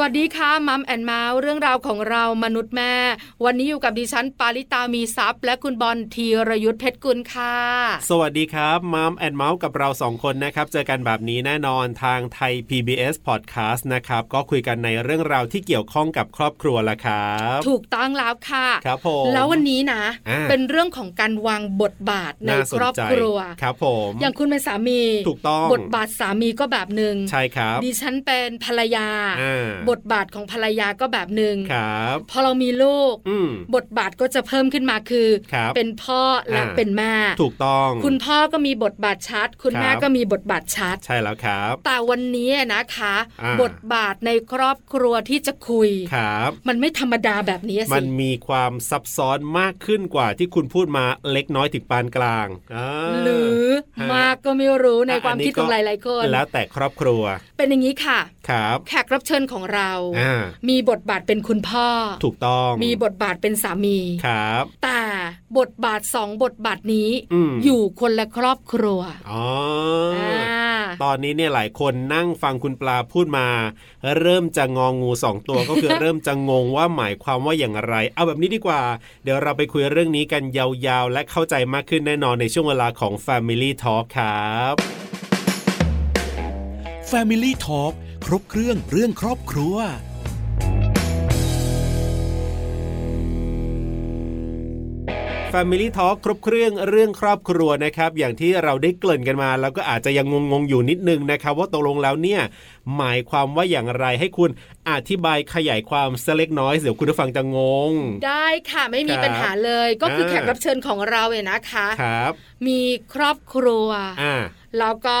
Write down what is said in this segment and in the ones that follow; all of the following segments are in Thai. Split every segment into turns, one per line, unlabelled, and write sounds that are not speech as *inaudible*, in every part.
สวัสดีค่ะมัมแอนเมาส์เรื่องราวของเรามนุษย์แม่ วันนี้อยู่กับดิฉันปาริตามีซัพย์ และคุณบอลธีรยุทธเพชรกุลค่ะ
สวัสดีครับม o มแอนเมาส์กับเราสองคนนะครับ เจอกันแบบนี้แน่นอนทางไทย PBS Podcast นะครับ ก็คุยกันในเรื่องราวที่เกี่ยวข้องกับครอบครัวละครับ
ถูกต้องแล้วค่ะ
ครับผม
แล้ววันนี้นะ
อ่า
เป็นเรื่องของการวางบทบาทใน
น่าส
คน รอบ
ใจ
ครัว
ครับผม
อย่างคุณเป็นสามี
ถูกต้อง
บทบาทสามีก็แบบหนึ่ง
ใช่ครับ
ดิฉันเป็นภรรยา
อ่า
บทบาทของภรรยาก็แบบหนึ่ง
ครับ
พอเรามีลูก
อืม
บทบาทก็จะเพิ่มขึ้นมาคือ
ครับ
เป็นพ่อและ
อ่า
เป็นแม่
ถูกต้อง
คุณพ่อก็มีบทบาทชัด คุณ
ครับ
แม่ก็มีบทบาทชัด
ใช่แล้วครับ
แต่วันนี้นะคะ
อ่า
บทบาทในครอบครัวที่จะคุย
ครับ
มันไม่ธรรมดาแบบนี้
มั
สิ
นมีความซับซ้อนมากขึ้นกว่าที่คุณพูดมาเล็กน้อยถึงปานกลางา
หรือ
ฮะ
มากก็ไม่รู้ใน
อ่ะ
ความ
อันนี้
คิดของ
ก็
หลาย ๆ คน
แล้วแต่ครอบครัว
เป็นอย่างนี้ค่ะ
ครับ
แขกรับเชิญของเรา
อ่า
มีบทบาทเป็นคุณพ่อ
ถูกต้อง
มีบทบาทเป็นสามี
ครับ
แต่บทบาทสองบทบาทนี้
อืม
อยู่คนละครอบครัว
อ๋ออ
อ่า
ตอนนี้เนี่ยหลายคนนั่งฟังคุณปลาพูดมา เริ่มจะงองงูสอง
*laughs*
ตัว ก็คือ เริ่มจะงงว่าหมายความว่าอย่างไร เอาแบบนี้ดีกว่า เดี๋ยวเราไปคุยเรื่องนี้กันยาวๆ และเข้าใจมากขึ้นแน่นอนในช่วงเวลาของ Family Talk ครับ
Family Talk ครบเครื่องเรื่องครอบครัว
Family Talk ครบเครื่องเรื่องครอบครัวนะครับ อย่างที่เราได้เกริ่นกันมาแล้วก็อาจจะยังงงๆอยู่นิดนึงนะครับ ว่าตกลงแล้วเนี่ยหมายความว่าอย่างไรให้คุณอธิบายขยายความสักเล็กน้อยเดี๋ยวคุณผู้ฟังจะงง
ได้ค่ะไม่มี
ครับ
ปัญหาเลย ก็คืออา แขกรับเชิญของเราเนี่ยนะคะ
ครับ
มีครอบครัว
อ่า
แล้วก็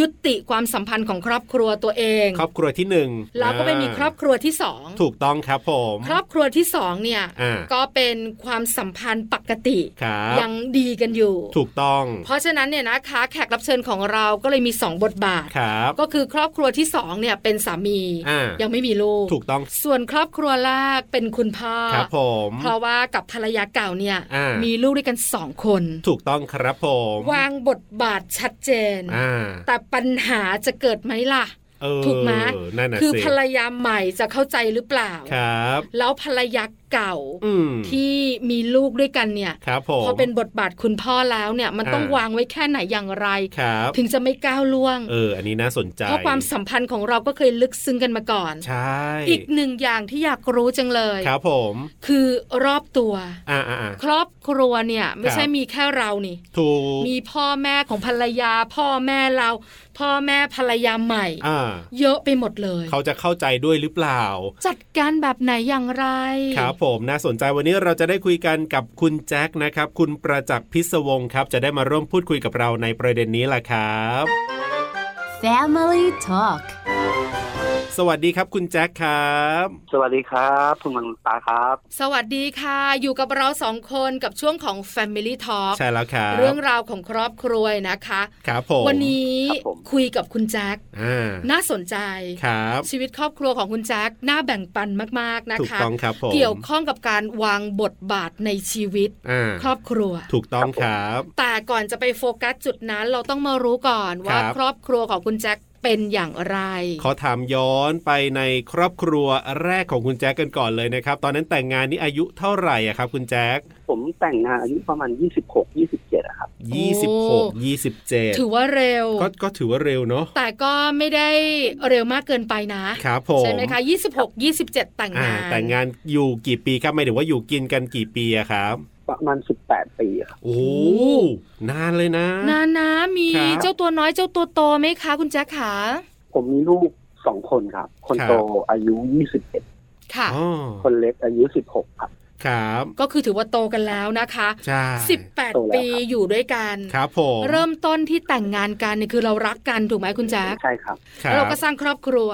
ยุติความสัมพันธ์ของครอบครัวตัวเอง
ครอบครัวที่หนึ่ง
แล้วก็ไปมีครอบครัวที่สอง
ถูกต้องครับผม
ครอบครัวที่สองเนี่ย
อ่า
ก็เป็นความสัมพันธ์ปกติ
ครับ
ยังดีกันอยู่
ถูกต้อง
เพราะฉะนั้นเนี่ยนะคะแขกรับเชิญของเราก็เลยมีสองบทบาท
ครับ
ก็คือครอบครัวที่สองเนี่ยเป็นสามี
อ่ายั
ยังไม่มีลูก
ถูกต้อง
ส่วนครอบครัวแรกเป็นคุณพ่อ
ครับผม
เพราะว่ากับภรรยาเก่าเนี่ย
อ่ามี
มีลูกด้วยกันสองคน
ถูกต้องครับผม
วางบทบาทชัดเจน
อ่า
แต่ปัญหาจะเกิดไหมล่ะ
เออ
ถูกไหม
นั่นน่ะ
คือ
สิ
ภรรยาใหม่จะเข้าใจหรือเปล่า
ครับ
แล้วภรรยาเก่า
อืม
ที่มีลูกด้วยกันเนี่ย
ครับผม
พอเป็นบทบาทคุณพ่อแล้วเนี่ยมันต้อง
อ่าว
วางไว้แค่ไหนอย่างไร
ครับ
ถึงจะไม่ก้าวล่วง
เออ อันนี้น่าสนใจ
เพราะความสัมพันธ์ของเราก็เคยลึกซึ้งกันมาก่อน
ใช่
อีกหนึ่งอย่างที่อยากรู้จังเลย
ครับผม
คือรอบตัว
อ่าอ่าอ่า
ครอบครัวเนี่ยไม่ใช่
ครับ
มีแค่เรานี่
ถูก
มีพ่อแม่ของภรรยา พ่อแม่เรา พ่อแม่ภรรยาใหม่
อ่า
เยอะไปหมดเลย
เขาจะเข้าใจด้วยหรือเปล่า
จัดการแบบไหนอย่างไร
ครับผมน่าสนใจวันนี้เราจะได้คุยกันกับคุณแจ็คนะครับ คุณประจักษ์พิศวงครับ จะได้มาร่วมพูดคุยกับเราในประเด็นนี้ล่ะครับ
Family Talk
สวัสดีครับคุณแจ็คครับ
สวัสดีครับคุณมังตาครับ
สวัสดีค่ะ อยู่กับเราสองคนกับช่วงของ Family Talk
ใช่แล้วครับ
เรื่องราวของครอบครัวนะคะ
ครับผม
วันนี้
ครับผม
คุยกับคุณแจ็ค
อ่า
น่าสนใจ
ครับ
ชีวิตครอบครัวของคุณแจ็คน่าแบ่งปันมากๆนะ
ถูก
คะ
ต้องครับผม
เกี่ยวข้องกับการวางบทบาทในชีวิต
อ่า
ครอบครัว
ถูกต้องครับ
แต่ก่อนจะไปโฟกัสจุดนั้นเราต้องมารู้ก่อนว่า
ครับ
ครอบครัวของคุณแจ็คเป็นอย่างไร
ขอถามย้อนไปในครอบครัวแรกของคุณแจ็คกันก่อนเลยนะครับ ตอนนั้นแต่งงานนี่อายุเท่าไหร่อะครับ คุณแจ็ค
ผมแต่งงานอายุประมาณ 26 27อะครับ
ยี่สิบหกยี่สิบเจ็ด
ถือว่าเร็ว
ก็ก็ถือว่าเร็วเนาะ
แต่ก็ไม่ได้เร็วมากเกินไปนะ
ครับผม
ใช่ไหมคะ 26 27 แต่ง
อ่าง
าน
แต่งงานอยู่กี่ปีครับไม่ถึงว่าอยู่กินกันกี่ปีอะครับ
ประมาณ 18 ปีอะครับ
โอ้นานเลยนะ
นานนะมี
ครับ
เจ้าตัวน้อยเจ้าตัวโตไหมคะ คุณแจ็คขา
ผมมีลูกสองคนครับ คนโตอายุ 21
ค่ะ
อ๋อ
คนเล็กอายุ 16 ครับ
ครับ
ก็คือถือว่าโตกันแล้วนะคะ
ใช่
โต
18
แล้วครับ
ปีอยู่ด้วยกัน
ครับผม
เริ่มต้นที่แต่งงานกันเนี่ยคือเรารักกันถูกไหมคุณแจ๊ค
ใช่ครับ
ค
แล้ว
บ
เราก็สร้างครอบครัว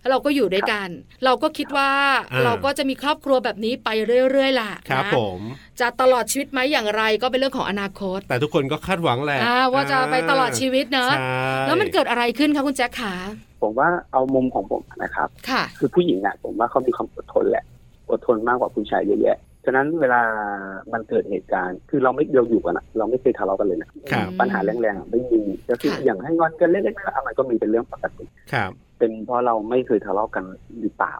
แล้วเราก็อยู่ด้วยกัน เราก็คิดว่า
อ่า
เราก็จะมีครอบครัวแบบนี้ไปเรื่อยๆล่ะ
ครับ
นะ
ผม
จะตลอดชีวิตไหมอย่างไรก็เป็นเรื่องของอนาคต
แต่ทุกคนก็คาดหวังแหละ
อ่าว่าจะไปตลอดชีวิตเนอะ
ใช่
แล้วมันเกิดอะไรขึ้นคะคุณแจ๊คขา
ผมว่าเอามุมของผมนะครับ
ค่ะ
คือผู้หญิงอะผมว่าเขามีความอดทนแหละ อดทนมากกว่าผู้ชายเยอะแยะ ฉะนั้นเวลามันเกิดเหตุการณ์ คือเราไม่เราอยู่กันอะเราไม่เคยทะเลาะกันเลยนะครับ ปัญหาแรงๆอะไม่มีก็คือ
ค่ะ
อย่างให้งอนกันเล็กๆน้อยๆอะไรก็มีเป็นเรื่องปกติ
ครับ
เป็นเพราะเราไม่เคยทะเลาะกันหรือเปล่า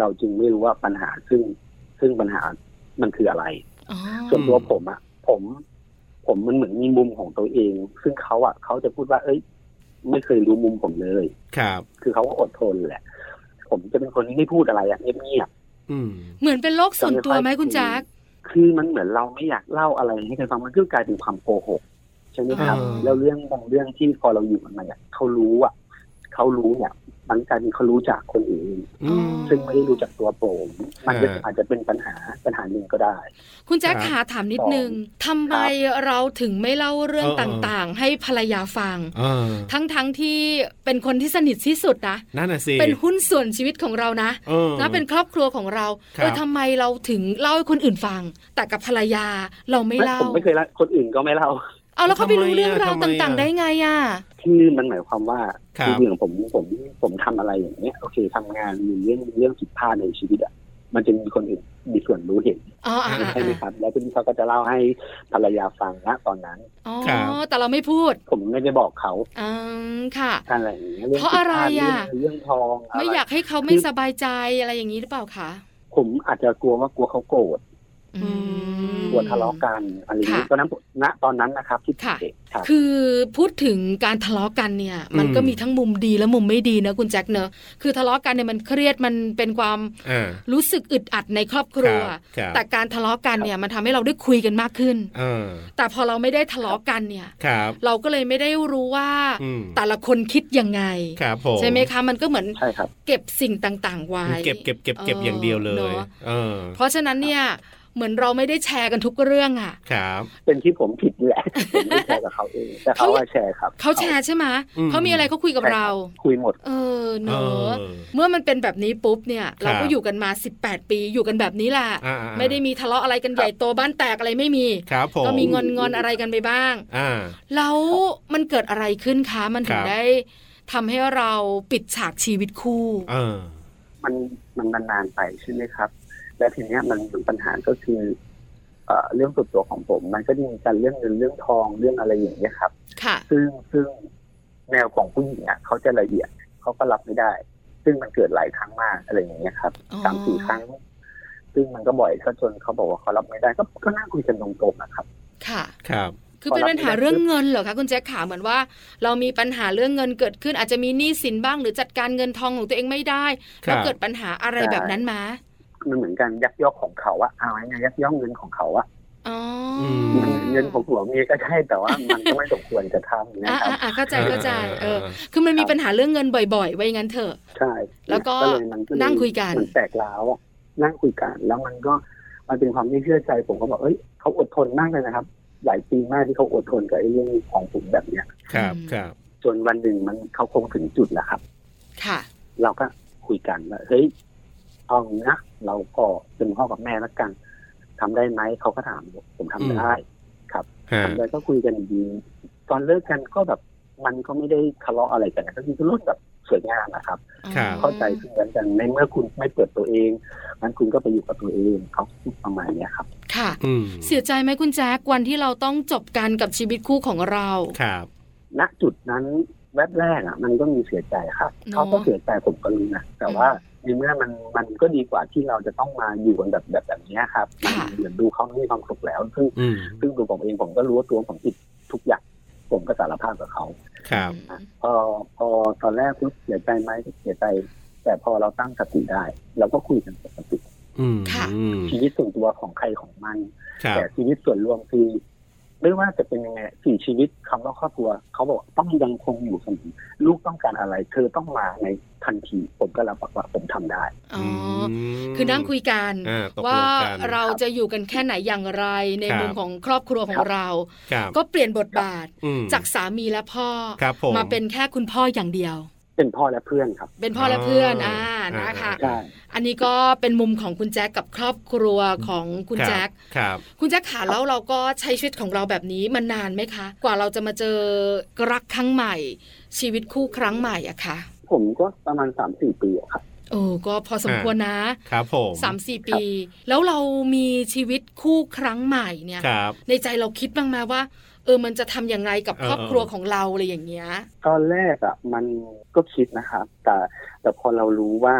เราจึงไม่รู้ว่าปัญหาซึ่งซึ่งปัญหามันคืออะไร
อ๋อ
ส่วนตัว
อืม
ผมอะผม ผมมันเหมือนมีมุมของตัวเอง ซึ่งเขาอะเขาจะพูดว่า เอ้ย ไม่เคยรู้มุมผมเลย
ครับ
คือเขาก็อดทนแหละ ผมจะเป็นคนที่ไม่พูดอะไรอะเงียบ
อืม
เหมือนเป็นโรค
ๆ
ส่วนตัวไหมคุณแจ๊ค
คือมันเหมือนเราไม่อยากเล่าอะไรให้ใครฟังมันก็กลายเป็นความโกหกใช่ไหมครับ
อ่า
แล้วเรื่องบางเรื่องที่พอเราอยู่กันมาเนี่ยเขารู้อะเขารู้เนี่ยมันกลายเป็นเขารู้จากคนอื่น
อืม
ซึ่งไม่ได้รู้จักตัวผม มันก็
อ่า
อาจจะเป็นปัญหาปัญหาหนึ่งก็ได้
คุณแจ๊ค
ครับ
ขาถามนิดนึงทำไมเราถึงไม่เล่าเรื่อง
เออเออ
ต่างๆ ให้ภรรยาฟัง
อ่า
ทั้งๆที่เป็นคนที่สนิทที่สุดนะ
นั่นน่ะสิ
เป็นหุ้นส่วนชีวิตของเรานะ
เออ
นะเป็นครอบครัวของเรา
ครับ
เออทำไมเราถึงเล่าให้คนอื่นฟัง แต่กับภรรยาเราไม่เล่า
ผมไม่เคยเล่าคนอื่นก็ไม่เล่า *laughs*
เอาแล้วเขาไปรู้เรื่องราว
ทำไมอะ
ต่างๆ ได้ไงอ่ะ
คือมันหมายความว่า
ครับ
ออย่างผมผมผมทำอะไรอย่างเงี้ยโอเคทำงานมีเรื่องมีเรื่องผิดพลาดในชีวิตอ่ะมันจะมีคนอื่นมีส่วนรู้เห็น
อ๋ออ่ะอ่ะ
ใช่ไหมครับ แล้วทีนี้เขาก็จะเล่าให้ภรรยาฟังนะตอนนั้น
อ๋อ
ครับ
แต่เราไม่พูด
ผมไม่ได้บอกเขา
อืมค่ะ
อะไรอย่างเงี้ยเรื่อง
เพราะอะไรอะ
ผิดพลาดเรื่องเรื่องทองะร
ไม่อยากให้เขาไม่สบายใจอะไรอย่างนี้หรือเปล่าคะ
ผมอาจจะกลัวว่ากลัวเขาโกรธ
อืม
กลัวทะเลาะกันอะไรอย่างเงี้ย
ค่ะ
ตอนนั้นผมณตอนนั้นนะครับที่ผม
ค่ะ
เด็กครับ
คือพูดถึงการทะเลาะกันเนี่ย มัน
อืม
ก็มีทั้งมุมดีและมุมไม่ดีนะคุณแจ็คเนอะคือทะเลาะกันเนี่ยมันเครียดมันเป็นความ
อ่า
รู้สึกอึดอัดในครอบครัว
ครับ
แต่การทะเลาะกันเนี่ยมันทำให้เราได้คุยกันมากขึ้น
อ่า
แต่พอเราไม่ได้ทะเลาะกันเนี่ย
ครับ
เราก็เลยไม่ได้รู้ว่า
อืม
แต่ละคนคิดยังไง
ครับผม
ใช่ไหมคะ มันก็เหมือน
ใช่ครับ
เก็บสิ่งต่างๆไว้
เก็บเก็บเก็บเก็บอย่างเดียวเล
น
ย
อะ
เออ
เพราะฉะนั้นเนี่ยเหมือนเราไม่ได้แชร์กันทุกเรื่องอ่ะ
ครับ
เป็นที่ผมผิดแหละผมไม่แชร์กับเขาเองแต่เขาอะแชร์ครับ
เขาแชร์ใช่ไหมเขามีอะไรเขาคุยกับเรา
คุยหมด
เออ
เอ
เนอะ
อ
เมื่อมันเป็นแบบนี้ปุ๊บเนี่ย เรา
ครั
ก็
บ
อยู่กันมา 18 ปีอยู่กันแบบนี้แหละ
อ่าอ่า
ไม่ได้มีทะเลาะอะไรกันใหญ่โตบ้านแตกอะไรไม่มี
ครับผม
ก็มีงอนงอนๆอะไรกันไปบ้าง
อ่า
แล้วมันเกิดอะไรขึ้นคะมันถึ
ค
ง
รับ
ได้ทำให้เราปิดฉากชีวิตคู่
เออ
มันมันนานๆไปใช่ไหมครับ และทีเนี้ยมันมีปัญหาก็คือเอ่อเรื่องส่วนตัวของผม มันก็จะมีการเรื่องเงินเรื่องทองเรื่องอะไรอย่างเงี้ยครับ
ค่ะ
ซึ่งซึ่งแนวของผู้หญิงอ่ะเขาจะละเอียดเขาก็รับไม่ได้ ซึ่งมันเกิดหลายครั้งมากอะไรอย่างเงี้ยครับ
อ๋อ
สามสี่ครั้ง ซึ่งมันก็บ่อยก็จนเขาบอกว่าเขารับไม่ได้ก็ก็น่าคุยกันตรงๆนะครับ
ค่ะ
ครับ
คือเป็นปัญหาเรื่องเงินเหรอคะคุณแจ๊คขาเหมือนว่า เรามีปัญหาเรื่องเงินเกิดขึ้น อาจจะมีหนี้สินบ้างหรือจัดการเงินทองของตัวเองไม่ได้
ครับ
แล้วเกิดปัญหาอะไรแบบนั้นมา
มันเหมือนกันยักยอกของเขาอะเอาไงยักยอกเงินของเขาอะ
อ๋ออ
ม
เงินเงินของผัวเมียก็ใช่แต่ว่ามันก็ไม่สมควรจะทำนะ
อ่า
ครับ
อ่าเข้าใจเข้าใจเออ
อ่า
คือมันมี
ครับ
ปัญหาเรื่องเงินบ่อยๆ ไว้งั้นเถอะ
ใช่
แล้วก็
เลยมัก็เล
นั่งคุยกัน
มันแตกร้าวอะนั่งคุยกัน แล้วมันก็มันเป็นความไม่เชื่อใจ ผมก็บอกเอ้ยเขาอดทนมากเลยนะครับ หลายปีมากที่เขาอดทนกับไอ้เรื่องของผมแบบเนี้ย
ครับครับ
จนวันหนึ่งมันเขาคงถึงจุดแล้วครับ
ค่ะ
เราก็คุยกันว่าเฮ้ยเอางี้นะเราก็เป็นพ่อกับแม่แล้วกันทำได้ไหมเขาก็ถามผมผมทำได้
ฮะ
ทำได้ก็คุยกันดีตอนเลิกกันก็แบบมันก็ไม่ได้ทะเลาะอะไรกันนะก็คือเลิกแบบสวยงามนะครับ เข้าใจซึ่งกันและกันในเมื่อคุณไม่เปิดตัวเองงั้นคุณก็ไปอยู่กับตัวเองเขาพูดประมาณเนี้ยครับ
ค่ะ
อืม
เสียใจไหมคุณแจ๊ควันที่เราต้องจบกันกับชีวิตคู่ของเรา
ครับ
ณจุดนั้นแวบแรกอ่ะ มันก็มีเสียใจครับ
เนอะ
เขาก็เสียใจผมก็รู้นะแต่ว่าในเมื่อมันมันก็ดีกว่าที่เราจะต้องมาอยู่กันแบบแบบแบบเนี้ยครับมัน
ค่ะ
เหมือนดูเขาไม่มีความสุขแล้วซึ่ง
อืม
ซึ่งตัวผมเองผมก็รู้ว่าตัวผมผิดทุกอย่างผมก็สารภาพกับเขา
ครับ
พอพอตอนแรกปุ๊บเสียใจไหมเสียใจ แต่พอเราตั้งสติได้เราก็คุยกันปกติ
อืม
ค่ะ
อืม
ชีวิตส่วนตัวของใครของมัน
ครับ
แต่ชีวิตส่วนรวมคือไม่ว่าจะเป็นยังไงสี่ชีวิตคำว่าครอบครัวเขาบอกว่าต้องยังคงอยู่เสมอลูกต้องการอะไร เธอต้องมาในทันทีผมก็รับปากว่าผมทำได้
อ๋ออ คือนั่งคุยกัน
อ่าตกลงกัน
ว่าเราจะอยู่กันแค่ไหนอย่างไรใน
ครับ
มุมของครอบครัวของ
ครับ
เรา
ครับ
ก็เปลี่ยนบทบาท
อืม
จากสามีและพ่อ
ครับผม
มาเป็นแค่คุณพ่ออย่างเดียว
เป็นพ่อและเพื่อนครับ
เป็นพ่อและเพื่อนอ่านะคะ
ใช่
อันนี้ก็เป็นมุมของคุณแจ็คกับครอบครัวของคุณแจ็ค
ครับ
คุณแจ็คขาแล้วเราก็ใช้ชีวิตของเราแบบนี้มานานไหมคะ กว่าเราจะมาเจอรักครั้งใหม่ ชีวิตคู่ครั้งใหม่อะคะ
ผมก็ประมาณสามสี่ปีอะครับ
โอ้ก็พอสมควรนะครับ
ผม
สามสี่ปี แล้วเรามีชีวิตคู่ครั้งใหม่เนี่ย
ครับ
ในใจเราคิดบ้างไหมาว่า เออมันจะทำอย่างไรกับ
เออ
ครอบครัวของเราอะไรอย่างเงี้ย
ตอนแรกอะมันก็คิดนะครับ แต่แต่พอเรารู้ว่า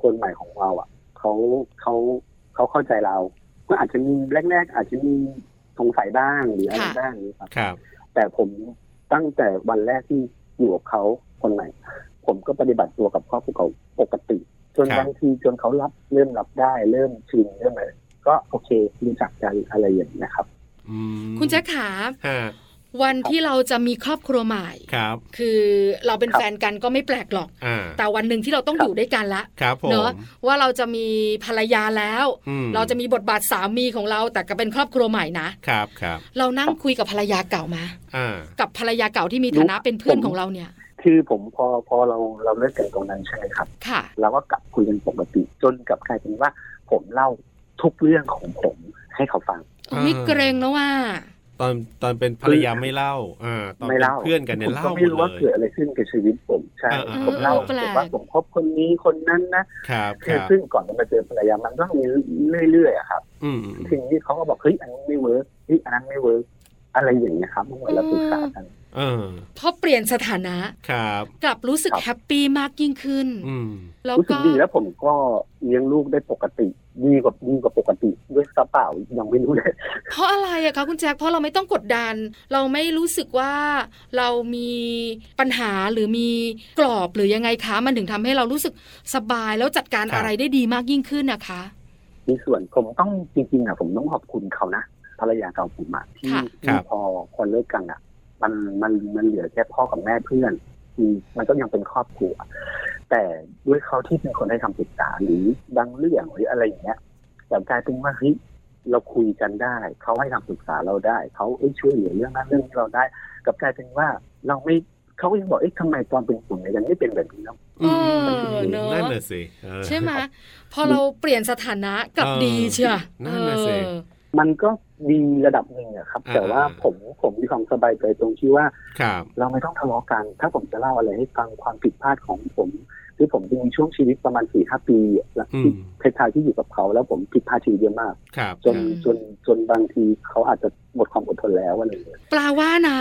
คนใหม่ของเราอะเขาเขาเขาเข้าใจเรา ก็อาจจะมีแรก ๆ อาจจะมีสงสัยบ้างหรืออะไร
ค่ะ
บ้างนี้ครับ
ครับ
แต่ผมตั้งแต่วันแรกที่อยู่กับเขาคนใหม่ ผมก็ปฏิบัติตัวกับครอบครัวเขาปกติ จนบางทีจนเขารับเริ่มรับได้ เริ่มชินเริ่มอะไรก็โอเครู้จักกันอะไรอย่างนี้ยครับ
อืม
คุณแจ๊คขา
ฮะ
วันที่เราจะมีครอบครัวใหม่
ครับ
คือเราเป็น
ครับ
แฟนกันก็ไม่แปลกหรอก
อ่า
แต่วันหนึ่งที่เราต้องอยู่ด้วยกันละ
ครับผม
เนอะว่าเราจะมีภรรยาแล้ว
อื
เราจะมีบทบาทสามีของเรา แต่ก็เป็นครอบครัวใหม่นะ
ครับครับ
เรานั่งคุยกับภรรยาเก่ามา
อ่า
กับภรรยาเก่าที่มีฐานะเป็นเพื่อนของเราเนี่ย
คือผมพอพอเราเราเลิกกันตรงนั้นใช่ไหมครับ
ค่ะ
เราก็กลับคุยกันปกติจนกลับกลายเป็นว่า ผมเล่าทุกเรื่องของผมให้เขาฟัง
โอ้ไม่เกรงนะว่า
ตอนตอนเป็นภรรยาไม่เล่าอ่าตอน
ไม่
เป็น
เล่า
เพื่อนกันเนี่ย
ผม
เล่า
ก็
หม
ไม่
ด
รู้
เล
ว่าเกิด
ย
อะไรขึ้นกับชีวิตผมใช่
เออ
ผมเล่า
เออแปลก
ว่าผมพบคนนี้คนนั้นนะ
ครับค
คือ
รับ
ซึ่งก่อนจะมาเจอภรรยามันก็มีเรื่อยๆอะครับ
อืมอืม
ทีนี้เขาก็บอกเฮ้ยอันนี้ไม่เวิร์กเฮ้ยอันนั้นไม่เวิร์กอะไรอย่างเงี้ยครับเมื่อเราปรึกษากัน
เออ
พอเปลี่ยนสถานะ
ครับ
กลับรู้สึก
ครับ
แฮปปี้มากยิ่งขึ้น
อืม
แล้ว
รู้สึ
ก็
กดีแล้วผมก็เลี้ยงลูกได้ปกติดีกว่าดีกว่าปกติด้วยซะเปล่ายังไม่รู้เลย
เพราะอะไรอะคะคุณแจ็คเพราะเราไม่ต้องกดดัน เราไม่รู้สึกว่าเรามีปัญหาหรือมีกรอบหรือยังไงคะ มันถึงทำให้เรารู้สึกสบายแล้วจัดการ
ครับ
อะไรได้ดีมากยิ่งขึ้นนะคะ
มีส่วนผมต้องจริงๆอ่ะผมต้องขอบคุณเขานะภรรยาเก่าผมอ่ะที่
ค่ะ
ครั
ที่
บ
พอคนเลิกกันอ่ะ มันมันมันเหลือแค่พ่อกับแม่เพื่อนอืมมันก็ยังเป็นครอบครัว แต่ด้วยเขาที่เป็นคนให้คำปรึกษาหรือบางเรื่องหรืออะไรอย่างเงี้ยกลับกลายเป็นว่าเฮ้ยเราคุยกันได้ เขาให้คำปรึกษาเราได้ เขาเอ้ยช่วยเหลือเรื่องนั้นเรื่องนี้เราได้กลับกลายเป็นว่าเราไม่เขาก็ยังบอกเอ๊ะทำไมตอนเป็นกลุ่มเนี่ยยังไม่เป็นแบบนี้เนาะ
เออเนอะ
นั่นน่ะสิเออ
ใช่ไหมพอเราเปลี่ยนสถานะกลับ
เออ
ดีเชียว
นั่นน่ะสิ
เออ
มันก็ดีระดับหนึ่งอะครับ
อ่า
แต่ว่าผมผมมีความสบายใจตรงที่ว่า
ครับ
เราไม่ต้องทะเลาะกัน ถ้าผมจะเล่าอะไรให้ฟังความผิดพลาดของผมหรือผมจะมีช่วงชีวิตประมาณสี่ห้าปีหลัง
อื
ที่
ม
เพทายที่อยู่กับเขา แล้วผมผิดพลาดทีเยอะมาก
ครับ
จน
อืม
จนจนบางทีเขาอาจจะหมดความอดทนแล้วอะไรอย่างเงี้ย
แปลว่านะ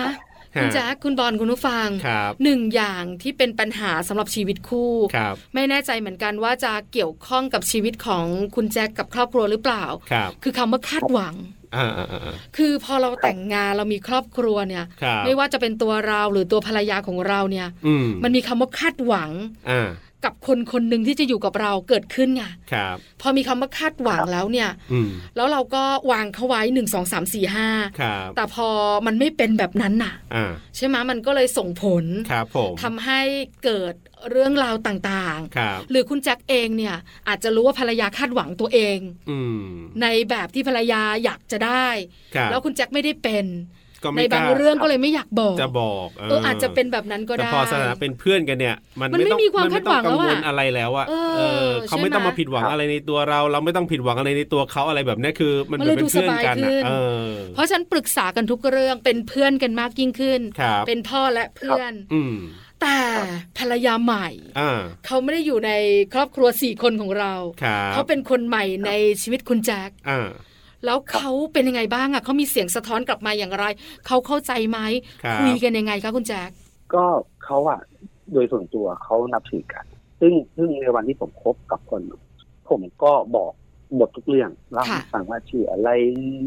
ฮะ
คุณแจ๊คคุณบอลคุณผู้ฟัง
ครับ
หนึ่งอย่างที่เป็นปัญหาสำหรับชีวิตคู่
ครับ
ไม่แน่ใจเหมือนกันว่าจะเกี่ยวข้องกับชีวิตของคุณแจ็คกับครอบครัวหรือเปล่า
ครับ
คือคำว่าคาดหวัง
อ่าอ่าอ่าอ่า
คือพอเราแต่งงานเรามีครอบครัวเนี่ย
ครับ
ไม่ว่าจะเป็นตัวเราหรือตัวภรรยาของเราเนี่ย
อืม
มันมีคำว่าคาดหวัง
อ่า
กับคนคนหนึ่งที่จะอยู่กับเราเกิดขึ้นไง
ครับ
พอมีคำว่าคาดหวังแล้วเนี่ย
อืม
แล้วเราก็วางเขาไว้หนึ่งสองสามสี่ห้า
ครับ
แต่พอมันไม่เป็นแบบนั้นน่ะ
อ่า
ใช่ไหมมันก็เลยส่งผล
ครับผม
ทำให้เกิดเรื่องราวต่าง
ครับ
ๆ หรือคุณแจ็คเองเนี่ยอาจจะรู้ว่าภรรยาคาดหวังตัวเอง
อืม
ในแบบที่ภรรยาอยากจะได้
ครับ
แล้วคุณแจ็คไม่ได้เป็น
ก็
ใน
ไม่กล้
บางเรื่องก็เลยไม่อยากบอก
จะบอก
เอออาจจะเป็นแบบนั้นก็
แต่
ได้
พอสถานะเป็นเพื่อนกันเนี่ย มัน
มันไม่
ต้อง
มีความ
นไ
คาดหวังแล้ว
ต้อกั
อะ
ลอะไรแล้วอะ
เออ
เออเขาไม่
ใช่ไหม
ต้องมาผิดหวังอะไรในตัวเรา เราไม่ต้องผิดหวังอะไรในตัวเขาอะไรแบบเนี้ยคือ มันเหมือนเป็นเพื่อนกันอะเออ
เพราะฉะนันปรึกษากันทุกเรื่องเป็นเพื่อนกันมากยิ่งขึ้น
ครับ
เป็นพ่อและเพื่อน
อืม
แต่ภรรยาใหม่
อ่า
เขาไม่ได้อยู่ในครอบครัวสี่คนของเรา
ครับ
เขาเป็นคนใหม่ในชีวิตคุณแจ็ค
อ่า
แล้วเขาเป็นยังไงบ้างอะเขามีเสียงสะท้อนกลับมาอย่างไร เขาเข้าใจไหม
ครับ
ยกันยังไงคะคุณแจ็ค
ก็เขาอะโดยส่วนตัวเขานับถือกัน ซึ่งซึ่งในวันที่ผมคบกับคน ผมก็บอกหมดทุกเรื่องเล่าให้
ค่ะ
ฟังว่าชื่ออะไร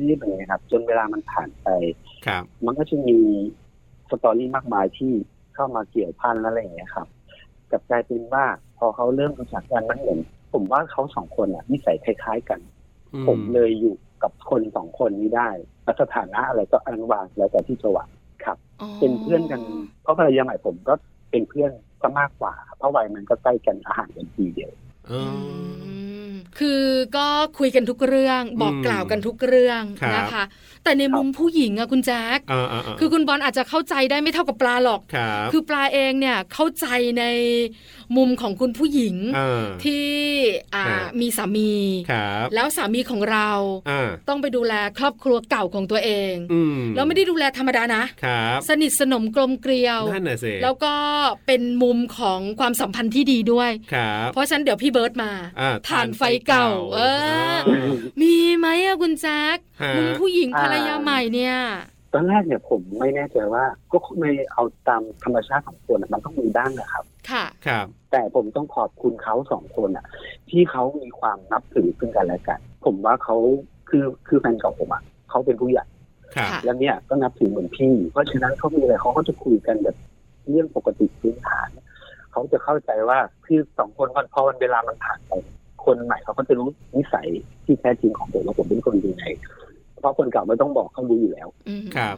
นี่เป็นไงครับ จนเวลามันผ่านไป
ครับ
มันก็จะมีสตอรี่มากมายที่เข้ามาเกี่ยวพันอะไรอย่างเงี้ยครับกลับกลายเป็นว่าพอเขาเริ่มรู้จักกันมันเหมือนผมว่าเขาสองคนอ่ะนิสัยคล้าย ๆ กัน
อื
ผมเลยอยู่กับคนสองคนนี้ได้แล้วสถานะอะไรก็อันวางแล้วแต่ที่จะวางครับ เป็นเพื่อนกัน เพราะภรรยาใหม่ผมก็เป็นเพื่อนก็มากกว่า เพราะวัยมันก็ใกล้กันอาหารกันปีเดียว
เอ
อื
อ
ม คือก็คุยกันทุกเรื่อง บอก
อืม
กล่าวกันทุกเรื่อง
ครับ
นะคะ แต่ในมุมผู้หญิงอะคุณแจ๊ค
อ่าาา
คือคุณบอลอาจจะเข้าใจได้ไม่เท่ากับปลาหรอก
ครับ
คือปลาเองเนี่ยเข้าใจในมุมของคุณผู้หญิง
อ่า
ที่อ่า
ครับ
มีสามี
ครับ
แล้วสามีของเรา
อ่า
ต้องไปดูแลครอบครัวเก่าของตัวเอง
อืม
แล้วไม่ได้ดูแลธรรมดานะ
ครับ
สนิทสนมกลมเกลียว
นั่นน่ะสิ
แล้วก็เป็นมุมของความสัมพันธ์ที่ดีด้วย
ครับ
เพราะฉะนันเดี๋ยวพี่เบิร์ตมา
อ่า
ฐานไฟเก่า เออ
เออ
มีไหมอะคุณแจ๊ค
ฮะ
มุมผู้หญิง
อ่า
ภรรยาใหม่เนี่ย
ตอนแรกเนี่ยผมไม่แน่ใจว่าก็ไม่เอาตามธรรมชาติของคนอะมันต้องมีบ้างนะครับ
ค่ะ
ครับ
แต่ผมต้องขอบคุณเขาสองคนอ่ะ ที่เขามีความนับถือซึ่งกันและกัน ผมว่าเขาคือคือแฟนเก่าผมอ่ะเขาเป็นผู้ใหญ่
ครับ
ค่ะ
แล้วเนี่ยก็นับถือเหมือนพี่ เพราะฉะนั้นเขามีอะไรเขาก็จะคุยกันแบบเรื่องปกติพื้นฐานเขาจะเข้าใจว่าคือสองคนวันพอวันเวลามันผ่านไปคนใหม่เขาก็จะรู้นิสัยที่แท้จริงของผมว่าผมเป็นคนยังไงเพราะคนเก่าไม่ต้องบอกเขารู้อยู่แล้ว
อืม
ครับ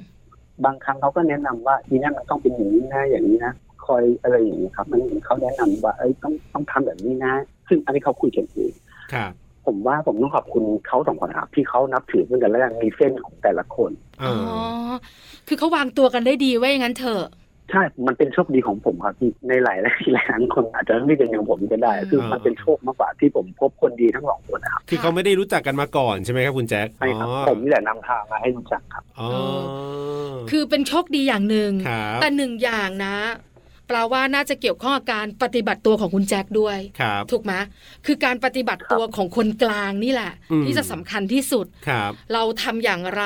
บางครั้งเขาก็แนะนำว่าอีนั่นมันต้องเป็นอย่างนี้นะอย่างนี้นะคอยอะไรอย่างนี้ครับ มันเหมือนเขาแนะนำว่าเอ้ยต้องต้องทำแบบนี้นะ ซึ่งอันนี้เขาคุยกันเอง
ครับ
ผมว่าผมต้องขอบคุณเขาสองคนครับที่เขานับถือเหมือนกันและยังมีเส้นของแต่ละคน
เอ
อ๋อ
อ
คือเขาวางตัวกันได้ดีไว้อย่างนั้นเถอะ
ใช่ มันเป็นโชคดีของผมครับที่ในหลายหลายหลายครั้งคนอาจจะไม่เป็นอย่างผมก็ได้ คือมันเป็นโชคมากกว่าที่ผมพบคนดีทั้งสองคนนะครับ
คือเขาไม่ได้รู้จักกันมาก่อนใช่ไหมครับคุณแจ็ค
ใช่ครับ
อ๋อ
ผมนี่แหละนำทางมาให้รู้จักครับ
อ๋อ
คือเป็นโชคดีอย่างหนึ่ง
ครับ
แต่หนึ่งอย่างนะแปลว่าน่าจะเกี่ยวข้องกับการปฏิบัติตัวของคุณแจ็คด้วย
ครับ
ถูกไหมคือการปฏิบัติตัวของคนกลางนี่แหละ
อืม
ที่จะสำคัญที่สุด
ครับ
เราทำอย่างไร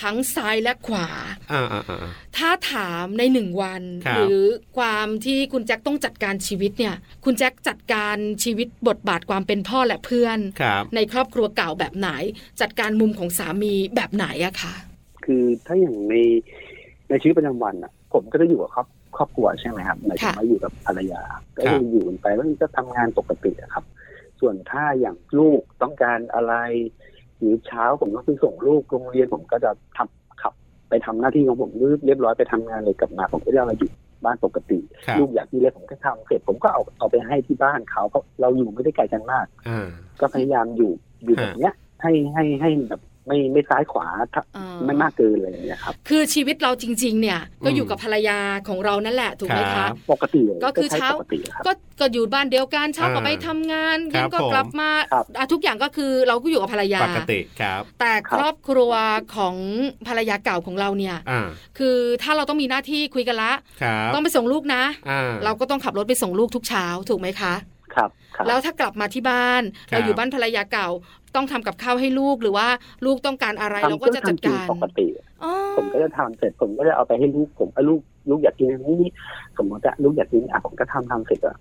ทั้งซ้ายและขวา
อ่าอ่าอ่า
ถ้าถามในหนึ่งวัน
ครับ
หรือความที่คุณแจ็คต้องจัดการชีวิตเนี่ย คุณแจ็คจัดการชีวิตบทบาทความเป็นพ่อและเพื่อน
ครับ
ในครอบครัวเก่าแบบไหน จัดการมุมของสามีแบบไหนอะคะ
คือถ้าอย่างในในชีวิตประจำวันอ่ะ ผมก็จะอยู่กับครอบครอบครัวใช่ไหมครับหมายถึงว่าอยู่กับภรรยา ก็จะอยู่กันไปแล้วก็ทำงานปกติอะครับ ส่วนถ้าอย่างลูกต้องการอะไร หรือเช้าผมก็ไปส่งลูกโรงเรียนผมก็จะทำขับ ไปทำหน้าที่ของผมเรียบร้อยไปทำงานเลยกลับมาผมก็จะมาอยู่บ้านปกติ
ครับ
ลูกอยากกินอะไรผมก็ทำเสร็จผมก็เอาเอาไปให้ที่บ้านเขาเพราะเราอยู่ไม่ได้ไกลกันมาก
อ่า
ก็พยายามอยู่อยู่แบบเนี้ย ให้ให้ให้แบบไม่ไม่ซ้ายขวาถ้า
เอ่อ
ไม่มากเกินอะไรอย่างเงี้ยครับ
คือชีวิตเราจริง ๆ เนี่ย ก็
อืม
อยู่กับภรรยาของเรานั่นแหละถูกไหม
ครั
คะ
บ
ปกติเลย
ก็คือ
ใช้
เช้า
ปกติครับ
ก็ก็อยู่บ้านเดียวกันเช้าก็
อ่า
ไปทำงาน
ครั
เย็
บ
นก็
ผม
กลับมา
ครับ
อ่ะทุกอย่างก็คือเราก็อยู่กับภรรยา
ปกติครับ
แต่
ค
ครับ รอบครัวของภรรยาเก่าของเราเนี่ย
อ่า
คือถ้าเราต้องมีหน้าที่คุยกันละ
ครับ
ต้องไปส่งลูกนะ
อ่า
เราก็ต้องขับรถไปส่งลูกทุกเช้าถูกไหมคะ
ครับครับ
แล้วถ้ากลับมาที่บ้าน
ครับ
เราอยู่บ้านภรรยาเก่า ต้องทำกับข้าวให้ลูกหรือว่าลูกต้องการอะไรเราก็จะจัด
ซึ่ง
กา
ทำ
ร
ปกติ
อ๋อ
ผมก็จะทำเสร็จผมก็จะเอาไปให้ลูกผมเอาลูกลูกอยากกินอันนี้ สมมติว่าลูกอยากกินอ่ะผมก็ทำทำเสร็จอ่ะ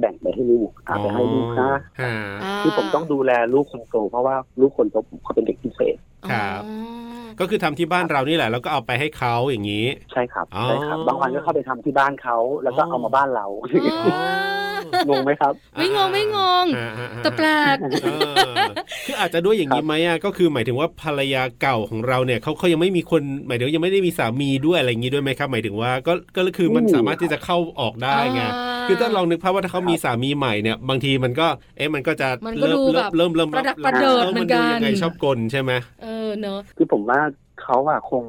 แบ่งไปให้ลูกเอาไปให้ลูกนะ
ฮะ
า
คือผมต้องดูแลลูกคนโตเพราะว่าลูกคนโตผมเขาเป็นเด็กพิเศษ
ครับ
อ๋อ
ก็คือทำที่บ้านเรานี่แหละแล้วก็เอาไปให้เขาอย่างนี้
ใช่ครับ
อ๋อ
ใช่ครับ บางวันก็เข้าไปทำที่บ้านเขาแล้วก็
อ๋อ
เอามาบ้านเรา *laughs*
อ๋อ
งงไหมครับ
ไม่งงไม่งง
อ่าอ่าอ่า
แต่แปลก
เออคืออาจจะด้วยอย่างนี้ไหมอ่ะก็คือหมายถึงว่าภรรยาเก่าของเราเนี่ยเขาเขายังไม่มีคนหมายถึงว่ายังไม่ได้มีสามีด้วยอะไรอย่างนี้ด้วยไหมครับ หมายถึงว่าก็ก็คือมัน
อืม
สามารถที่จะเข้าออกได้ไง คือถ้าลองนึกภาพว่าถ้าเขามีสามีใหม่เนี่ยบางทีมันก็เอ๊ะมันก็จะ
มันก็
เริ่ม
ดู
เริ่
แบ
ม
บ
เริ่มเริ่ม
ประดับประเดิด
ออ
เหมือน
ดู
กัน
ยังไงชอบกลใช่ไหม
เออเนอะ
คือผมว่าเขาอะคง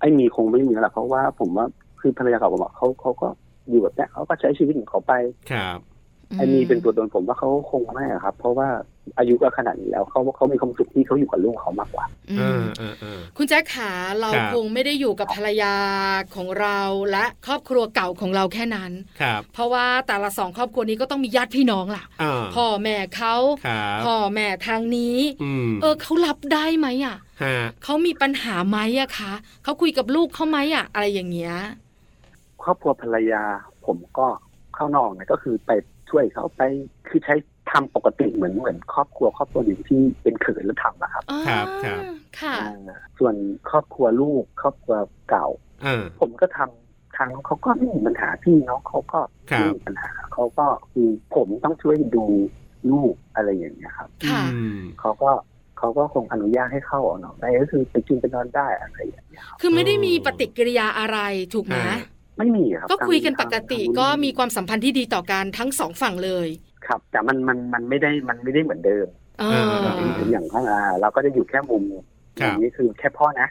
ไอ้มีคงไม่มีแล้วล่ะเพราะว่าผมว่าคือภรรยาเก่าผมอะเขาเขาก็อยู่แบบเนี้ยเขาก็ใช้ชีวิตของเขาไป
ครับ
อันนี้เป็นตัวตนผมว่าเขาคงไม่อะครับ เพราะว่าอายุก็ขนาดนี้แล้วเขาเขามีความสุขที่เขาอยู่กับลูกเขามากกว่า
เออเออเออ
คุณแจ๊คขาเรา
ครับ
คงไม่ได้อยู่กับภรรยาของเราและครอบครัวเก่าของเราแค่นั้น
ครับ
เพราะว่าแต่ละสองครอบครัวนี้ก็ต้องมีญาติพี่น้องล่ะ
อ่า
พ่อแม่เขา
ครับ
พ่อแม่ทางนี้
อืม
เออเขารับได้ไหมอ่ะ
ฮะ
เขามีปัญหาไหมอะคะเขาคุยกับลูกเขาไหมอะอะไรอย่างเงี้ย
ครอบครัวภรรยาผมก็เข้านอกเนี่ยก็คือไปช่วยเขาไปคือใช้ทำปกติเหมือนเหมือนครอบครัวครอบครัวหนึ่งที่เป็นเขินแล้วทำนะครับ
อ๋อ
ครับครับ
ค่ะ
อ่าส่วนครอบครัวลูกครอบครัวเก่า
อ่า
ผมก็ทำทางเขาก็ไม่มีปัญหาพี่น้องเขาก็
ครับ
ไม่มีปัญหาเขาก็คือผมต้องช่วยดูลูกอะไรอย่างเงี้ยครับ
ค่ะ
อืม
เขาก็เขาก็คงอนุญาตให้เข้าออกเนาะไปก็คือไปกินไปนอนได้อะไรอย่างเงี้ยครับ
คือไม่ได้มี
เออ
ปฏิกิริยาอะไรถูกไหม
อ่า
ไม่มีครับ
ก็คุยกันปกติ
ทาง
ก็มีความสัมพันธ์ที่ดีต่อกันทั้งสองฝั่งเลย
ครับ แต่มันมันมันไม่ได้มันไม่ได้เหมือนเดิม
เออ
เออ
เป็นอย่างข้างอ่าเราก็จะอยู่แค่มุม
ครับ
มุมนี้คือแค่พ่อนะ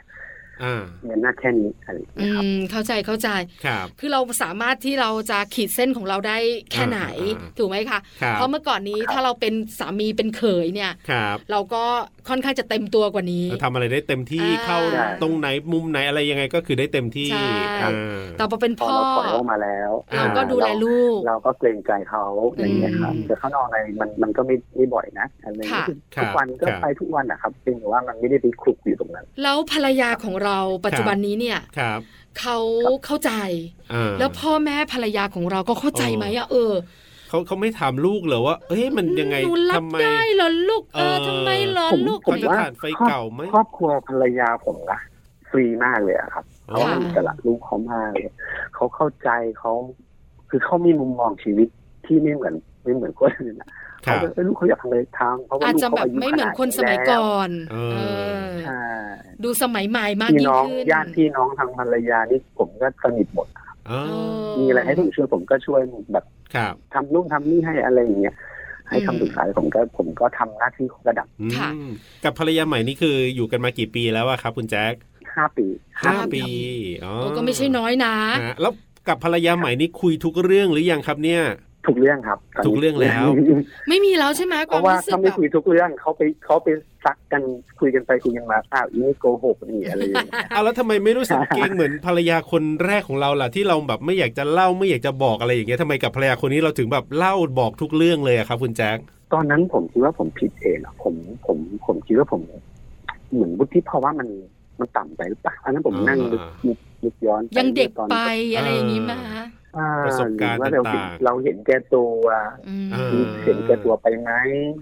อ่า
เงินหน้าแค่นี้อะไรอย่าง
อื
เงี้ยครับ
มเข้าใจเข้าใจ
ครับ
คือเราสามารถที่เราจะขีดเส้นของเราได้แค่ไหน
อ่า
ถูกไหมคะ
ครับ
เพราะเมื่อก่อนนี้ถ้าเราเป็นสามีเป็นเขยเนี่ย
ครับ
เราก็ค่อนข้างจะเต็มตัวกว่านี้
เราทำอะไรได้เต็มที่
อ่า
เข้าตรงไหนมุมไหนอะไรยังไงก็คือได้เต็มที่
ใช่
อ่า
แต่พอเป็น
พอ
พ่อ
เราถอยออกมาแล้ว
อ่
เราก็ดูแลลูก
เราก็เกรงใจเขาอะไรอย่างเงี้ยครับ
อืม
แต่ข้างนอกในมันมันก็ไม่ไม่บ่อยนะอะไรอย่างเงี้ย
ค่ะ
ทุกวันก็ไปทุกวันนะครับเพียงแต่ว่ามันไม่ได้ไปคลุกอยู่ตรงนั้น
แล้วภรรยาของเราปัจจุบันนี้เนี่ย
ครับ
เขาเข้าใจ
อ่า
แล้วพ่อแม่ภรรยาของเราก็เข้าใจ
อ๋อ
ไหมอะเออ
เขาเขาไม่ถามลูกเหรอว่าเอ้ยมันยังไง
หนูรับ
ทำไม
ได้เหรอลูกเออ
เออ
ทำไมเหรอ
ผม
ลูก
ผมว่า
เขาจะผ่านไฟเก่าไหม
ครอบครัวภรรยาผมนะฟรีมากเลยอะครับเขา
ค่ะ
ให้อิสระลูกเขามากเลยเขาเข้าใจเขาคือเขามีมุมมองชีวิตที่ไม่เหมือนไม่เหมือนคนอื่นอะ
ครั
เขา
บ
จะเอ้ยลูกเขาอยากทำอะไรทำเพราะว่า
อาจ
ลูก
จะ
เขา
แบบ
อายุ
ไม่เหมือน
ขาด
คนสมัยก่อน
เออ
เออ
ใช่
ดูสมัยใหม่มาก
พี่
ยิ่ง
น้อง
ขึ้น
ญาติพี่น้องทางภรรยานี่ผมก็สนิทหมด
เอ
เอ
อ
อ
มีอะไรให้ผมช่วยผมก็ช่วยแบบ
ครับ
ทำนู่นทำนี่ให้อะไรอย่างเงี้ยให้
อืม
คำปรึกษาผมก็ผมก็ทำหน้าที่ของระดับ
อืม
ค่ะ
กับภรรยาใหม่นี่คืออยู่กันมากี่ปีแล้วอะครับ คุณแจ็ค
ห้าปี
ห้า
ปี
ปีอ๋อ
โอ้ก็ไม่ใช่น้อยนะ
ฮะแล้วกับภรรยาใหม่นี่คุยทุกเรื่องหรือยังครับเนี่ย
ทุกเรื่องครับตนนี้ *laughs*
ทุกเรื่องแล้ว
ไม่มีแล้วใช่ไหมค
เพ
วาม
ราะว่า
รู้สึก
ถ้า
แบ
ไม่
บ
คุยทุกเรื่องเขาไปเขาไปซักกันคุยกันไปคุยกันมาอ้าวอีนี่โกหกนี่อะไรอย่างเงี้ย
*laughs* เอาแล้วทำไมไม่รู้สึกเกรงเหมือนภรรยาคนแรกของเราล่ะที่เราแบบไม่อยากจะเล่าไม่อยากจะบอกอะไรอย่างเงี้ยทำไมกับภรรยาคนนี้เราถึงแบบเล่าบอกทุกเรื่องเลยอะครับคุณแจ็ค
ตอนนั้นผมคิดว่าผมผิดเองอะผมผมผมคิดว่าผม เหมือนวุฒิภาวะมันมันต่ำไปหรือเปล่าอันนั้นผมนั่งนึกนึกนึกย้อน
ยังเด็ก
ตอน
ไปอะไรอย่างนี้มา
อ่า
ประสบการณ์
หอว่
ต
เเห็น่
าง
เราเห็นแก่ตัว
อืม
เออ
เห็นแก่ตัวไปไหม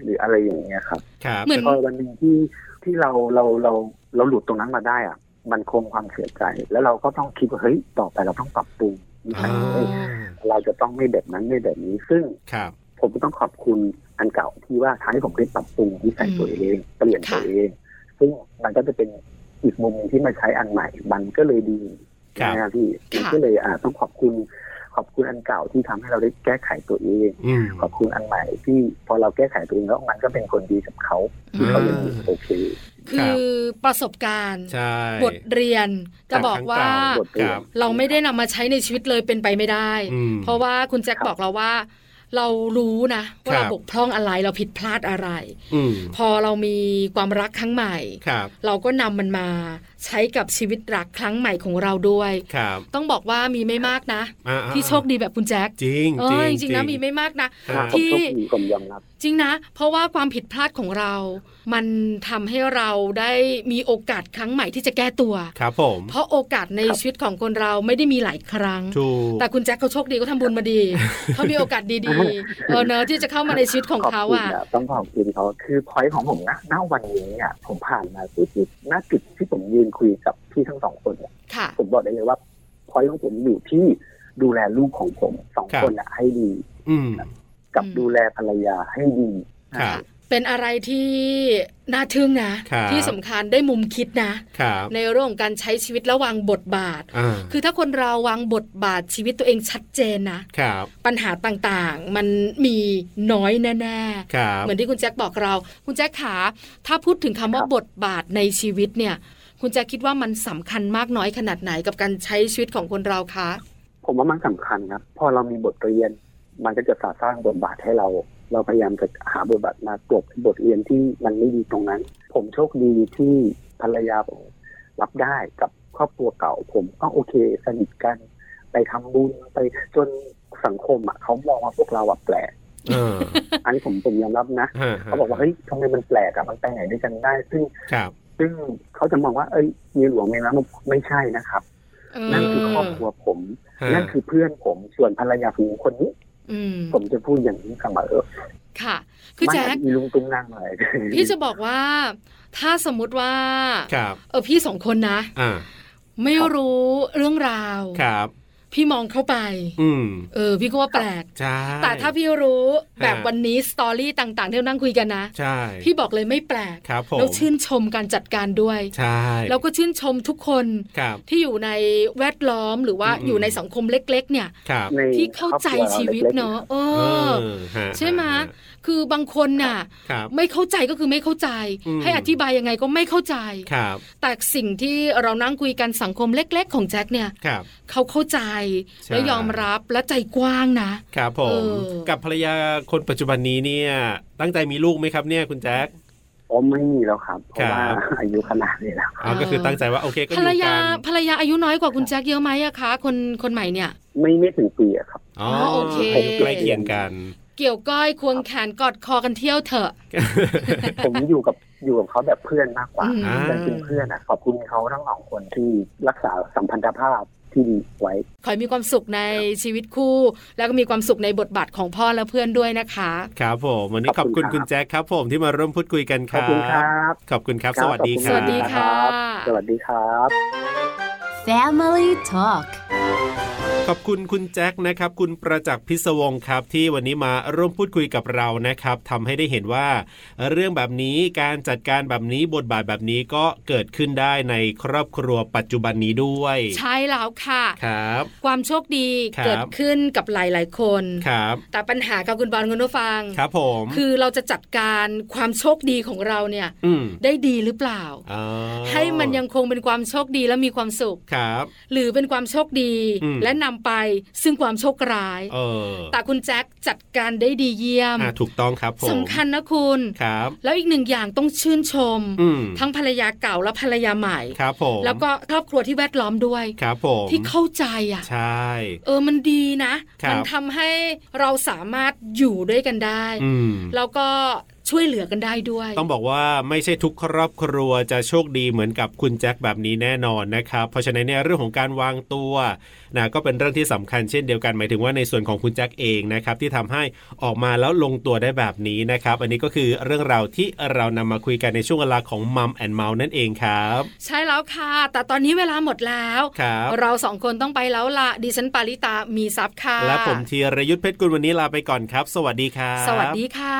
หรืออะไรอย่างเงี้ยครับ
ๆครับ
เหมือน
พอวันหนึ่งที่ที่เราเราเราเราหลุดตรงนั้นมาได้อ่ะ มันคงความเสียใจ แล้วเราก็ต้องคิดว่าเฮ้ยต่อไปเราต้องปรับปรุงนิสั
อ่าย
ของเรา เราจะต้องไม่แบบนั้นไม่แบบนี้ ซึ่ง
ครับ
ผมก็ต้องขอบคุณอันเก่าที่ว่าทำให้ผมได้ปรับปรุงนิสัยตัวเองเปลี่ยนตัวเอง ซึ่งมันก็จะเป็นอีกมุมหนึ่งที่มาใช้อันใหม่ มันก็เลยดี
ครับ
นะครับพี่มันก็เลยอ่าต้องขอบคุณ ขอบคุณอันเก่าที่ทำให้เราได้แก้ไขตัวเอง
อืม
ขอบคุณอันใหม่ที่พอเราแก้ไขตัวเองแล้วมันก็เป็นคนดีกับเขาที่เขายังอยู่โอเค
ค
คื
รั
อบ ประสบการณ์
ใช่
บทเรียนจะบอกว่า
บทเรีย
ครั
น
บ
เราไม่ได้นำมาใช้ในชีวิตเลยเป็นไปไม่ได้
อืม
เพราะว่าคุณแจ็ค
ครับ
บอกเราว่า เรารู้นะว่า
ครั
เรา
บ
บกพร่องอะไรเราผิดพลาดอะไร
อืม
พอเรามีความรักครั้งใหม่
ครับ
เราก็นำมันมาใช้กับชีวิตรักครั้งใหม่ของเราด้วย
ครับ
ต้องบอกว่ามีไม่มากนะ
อ่าๆ
ที่โชคดีแบบคุณแจ็ค
จริง
เอ
จริง
อจริงๆนะมีไม่มากนะ
อ่า
ครับ
ผม
ที่
ต้องมีความยอมรับ
จริงนะ เพราะว่าความผิดพลาดของเรา มันทำให้เราได้มีโอกาสครั้งใหม่ที่จะแก้ตัว
ครับผม
เพราะโอกาสในชีวิตของคนเราไม่ได้มีหลายครั้ง
ถูก
แต่คุณแจ็คเขาโชคดีเขาทำบุญมาดี เขามีโอกาสดีๆ เออเนอะที่จะเข้ามาในชีวิตของเขาอ่ะ
ขบคุณนต้องขอบคุณเขาคือพอยต์ของผมนะณวันนี้อ่ะผมผ่านมาปุ๊บณจุดที่ผมยืนคุยกับพี่ทั้งสองคนเนี่ย
ค่ะ
ผมบอกได้เลยว่าพอยต์ของผมอยู่ที่ดูแลลูกของผมสอง
ครับ
คนอ่ะให้ดี
อืม
กับ
อืม
ดูแลภรรยาให้ดี
ครับ
เป็นอะไรที่น่าทึ่งนะ
ครับ
ที่สำคัญได้มุมคิดนะ
ครับ
ในเรื่องของการใช้ชีวิตระวางบทบาท
อ่า
คือถ้าคนเราวางบทบาทชีวิตตัวเองชัดเจนนะ
ครับ
ปัญหาต่างๆ มันมีน้อยแน่ๆ
ครับ
เหมือนที่คุณแจ็คบอกเรา คุณแจ็คขา ถ้าพูดถึงคำว่าบทบาทในชีวิตเนี่ย คุณแจ็คคิดว่ามันสำคัญมากน้อยขนาดไหนกับการใช้ชีวิตของคนเราคะ
ผมว่ามันสำคัญครับพอเรามีบทเรียน มันก็จะสะสร้างบทบาทให้เรา เราพยายามจะหาบทบาทมากลบบทเรียนที่มันไม่ดีตรงนั้น ผมโชคดีที่ภรรยาผมรับได้กับครอบครัวเก่า ผมก็โอเคสนิทกัน ไปทำบุญไปจนสังคมอ่ะเขามองว่าพวกเราอะแปลก
เออ
อันนี้ผมผมยอมรับนะ
ฮะ
เขาบอกว่าเฮ้ยทำไมมันแปลกอะมันไปไหนด้วยกันได้ ซึ่ง
ครับ
ซึ่งเขาจะมองว่าเอ้ยมีหลวงมีนะไม่ใช่นะครับ
เอ
นั่นคือครอบครัวผม
ฮะ
นั่นคือเพื่อนผมส่วนภรรยาผมคนนี้
อืม
ผมจะพูดอย่างนี้เสมอ
ค่ะ คือ
มัน
แจ็ค
มีลุงตุ้งนั่งเลย
พี่จะบอกว่า ถ้าสมมุติว่า
ครับ
เออพี่สองคนนะ
อ่า
ไม่รู้เรื่องราว
ครับ
พี่มองเข้าไป
อืม
เออ พี่ก็ว่าแปลก
ใช่
แต่ถ้าพี่รู้แบบ
ฮะ
วันนี้สตอรี่ต่างๆที่เรานั่งคุยกันนะ
ใช่
พี่บอกเลยไม่แปลก
ครับผม
แล้วชื่นชมการจัดการด้วย
ใช่
แล้วก็ชื่นชมทุกคน
ครับ
ที่อยู่ในแวดล้อมหรือว่า
อืม
อยู่ในสังคมเล็ก ๆ เนี่ย
ครับ
*laughs* ใน
ที่เข้าใจชีวิตเนอะเอ
เอ
อ
อฮะ
ใช่ไหม
ฮะ
คือบางคนน่ะ
ครับ
ไม่เข้าใจก็คือไม่เข้าใจ
อืม
ให้อธิบายยังไงก็ไม่เข้าใจ
ครับ
แต่สิ่งที่เรานั่งคุยกันสังคมเล็ก ๆ ของแจ็คเนี่ย
ครับ
เขาเข้าใจ
ใช่
และยอมรับและใจกว้างนะ
ครับผม
เออ
กับภรรยาคนปัจจุบันนี้เนี่ย ตั้งใจมีลูกไหมครับเนี่ยคุณแจ็ค
อ๋อไม่มีแล้วครับเพราะว่า
ครับ
อายุขนาดนี้แล้ว
อ๋อก็คือตั้งใจว่าโอเคก็อ
ภร
ยู่
ร
กั
ยาน ภรรยาอายุน้อยกว่าคุณแจ็คเยอะไหมอะคะคนคนใหม่เนี่ย
ไม่ไม่ถึงปีอะ
*laughs*
ครับ
อ๋อ
อโอเค
อายุใกล้เคียงกัน *laughs*
เกี่ยวก้อยควงแขนกอดคอกันเที่ยวเถอะ
ผมอยู่กับอยู่กับเขาแบบเพื่อนมากกว่า
อืม
เพื่อนเป็นเพื่อนอะขอบคุณเขาทั้งสองคนที่รักษาสัมพันธภาพที่ดีไว้
ขอให้มีความสุขในชีวิตคู่ แล้วก็มีความสุขในบทบาทของพ่อและเพื่อนด้วยนะคะ
ครับผมวันนี้ข
ข
อ
อ
บบ
คุ
คุณ
ณ
คุณ
ครับ
แจ็คครับผมที่มาร่วมพูดคุยกันค
ขอบ
รับ
คุณครับ
ขอบคุณครับ
ค
ส
รับ
วัสดี
ข
ค
อบณ
รั
ส
บ
วัสดีค่ะ
รับสวัสดีครับ
Family Talk
ขอบคุณคุณแจ็คนะครับ คุณประจักษ์พิศวงครับ ที่วันนี้มาร่วมพูดคุยกับเรานะครับทำให้ได้เห็นว่า เรื่องแบบนี้การจัดการแบบนี้บทบาทแบบนี้ก็เกิดขึ้นได้ในครอบครัวปัจจุบันนี้ด้วย
ใช่แล้วค่ะ
ครับ
ความโชคดี
ครับ
เกิดขึ้นกับหลาย ๆ คน
ครับ
แต่ปัญหากับคุณบอลคุณผู้ฟัง
ครับผม
คือเราจะจัดการความโชคดีของเราเนี่ย
อืม
ได้ดีหรือเปล่า
อ๋อ
ให้มันยังคงเป็นความโชคดีและมีความสุข
ครับ
หรือเป็นความโชคดี
อืม
และนำไปซึ่งความโชคร้าย
เออ
แต่คุณแจ็คจัดการได้ดีเยี่ยม
อ่ะถูกต้องครับผม
สำคัญนะคุณ
ครับ
แล้วอีกหนึ่งอย่างต้องชื่นชม
อืม
ทั้งภรรยาเก่าและภรรยาใหม่
ครับผม
แล้วก็ครอบครัวที่แวดล้อมด้วย
ครับผม
ที่เข้าใจอ่ะ
ใช่
เออมันดีนะ
ครับ
มัทำให้เราสามารถอยู่ด้วยกันได้
อืม
แล้วก็ช่วยเหลือกันได้ด้วย
ต้องบอกว่าไม่ใช่ทุกครอบครัวจะโชคดีเหมือนกับคุณแจ็คแบบนี้แน่นอนนะครับ เพราะฉะนั้นเนี่ยเรื่องของการวางตัวนะก็เป็นเรื่องที่สำคัญเช่นเดียวกันหมายถึงว่าในส่วนของคุณแจ็คเองนะครับที่ทำให้ออกมาแล้วลงตัวได้แบบนี้นะครับ อันนี้ก็คือเรื่องราวที่เรานำมาคุยกันในช่วงเวลาของมัมแอนเมาส์นั่นเองครับ
ใช่แล้วค่ะ แต่ตอนนี้เวลาหมดแล้ว
ครับ
เราสองคนต้องไปแล้วละดิฉันปาริตามีซับค่ะ
และผมธีรยุทธเพชรกุลวันนี้ลาไปก่อนครับ สวัสดีครับ
สวัสดีค่ะ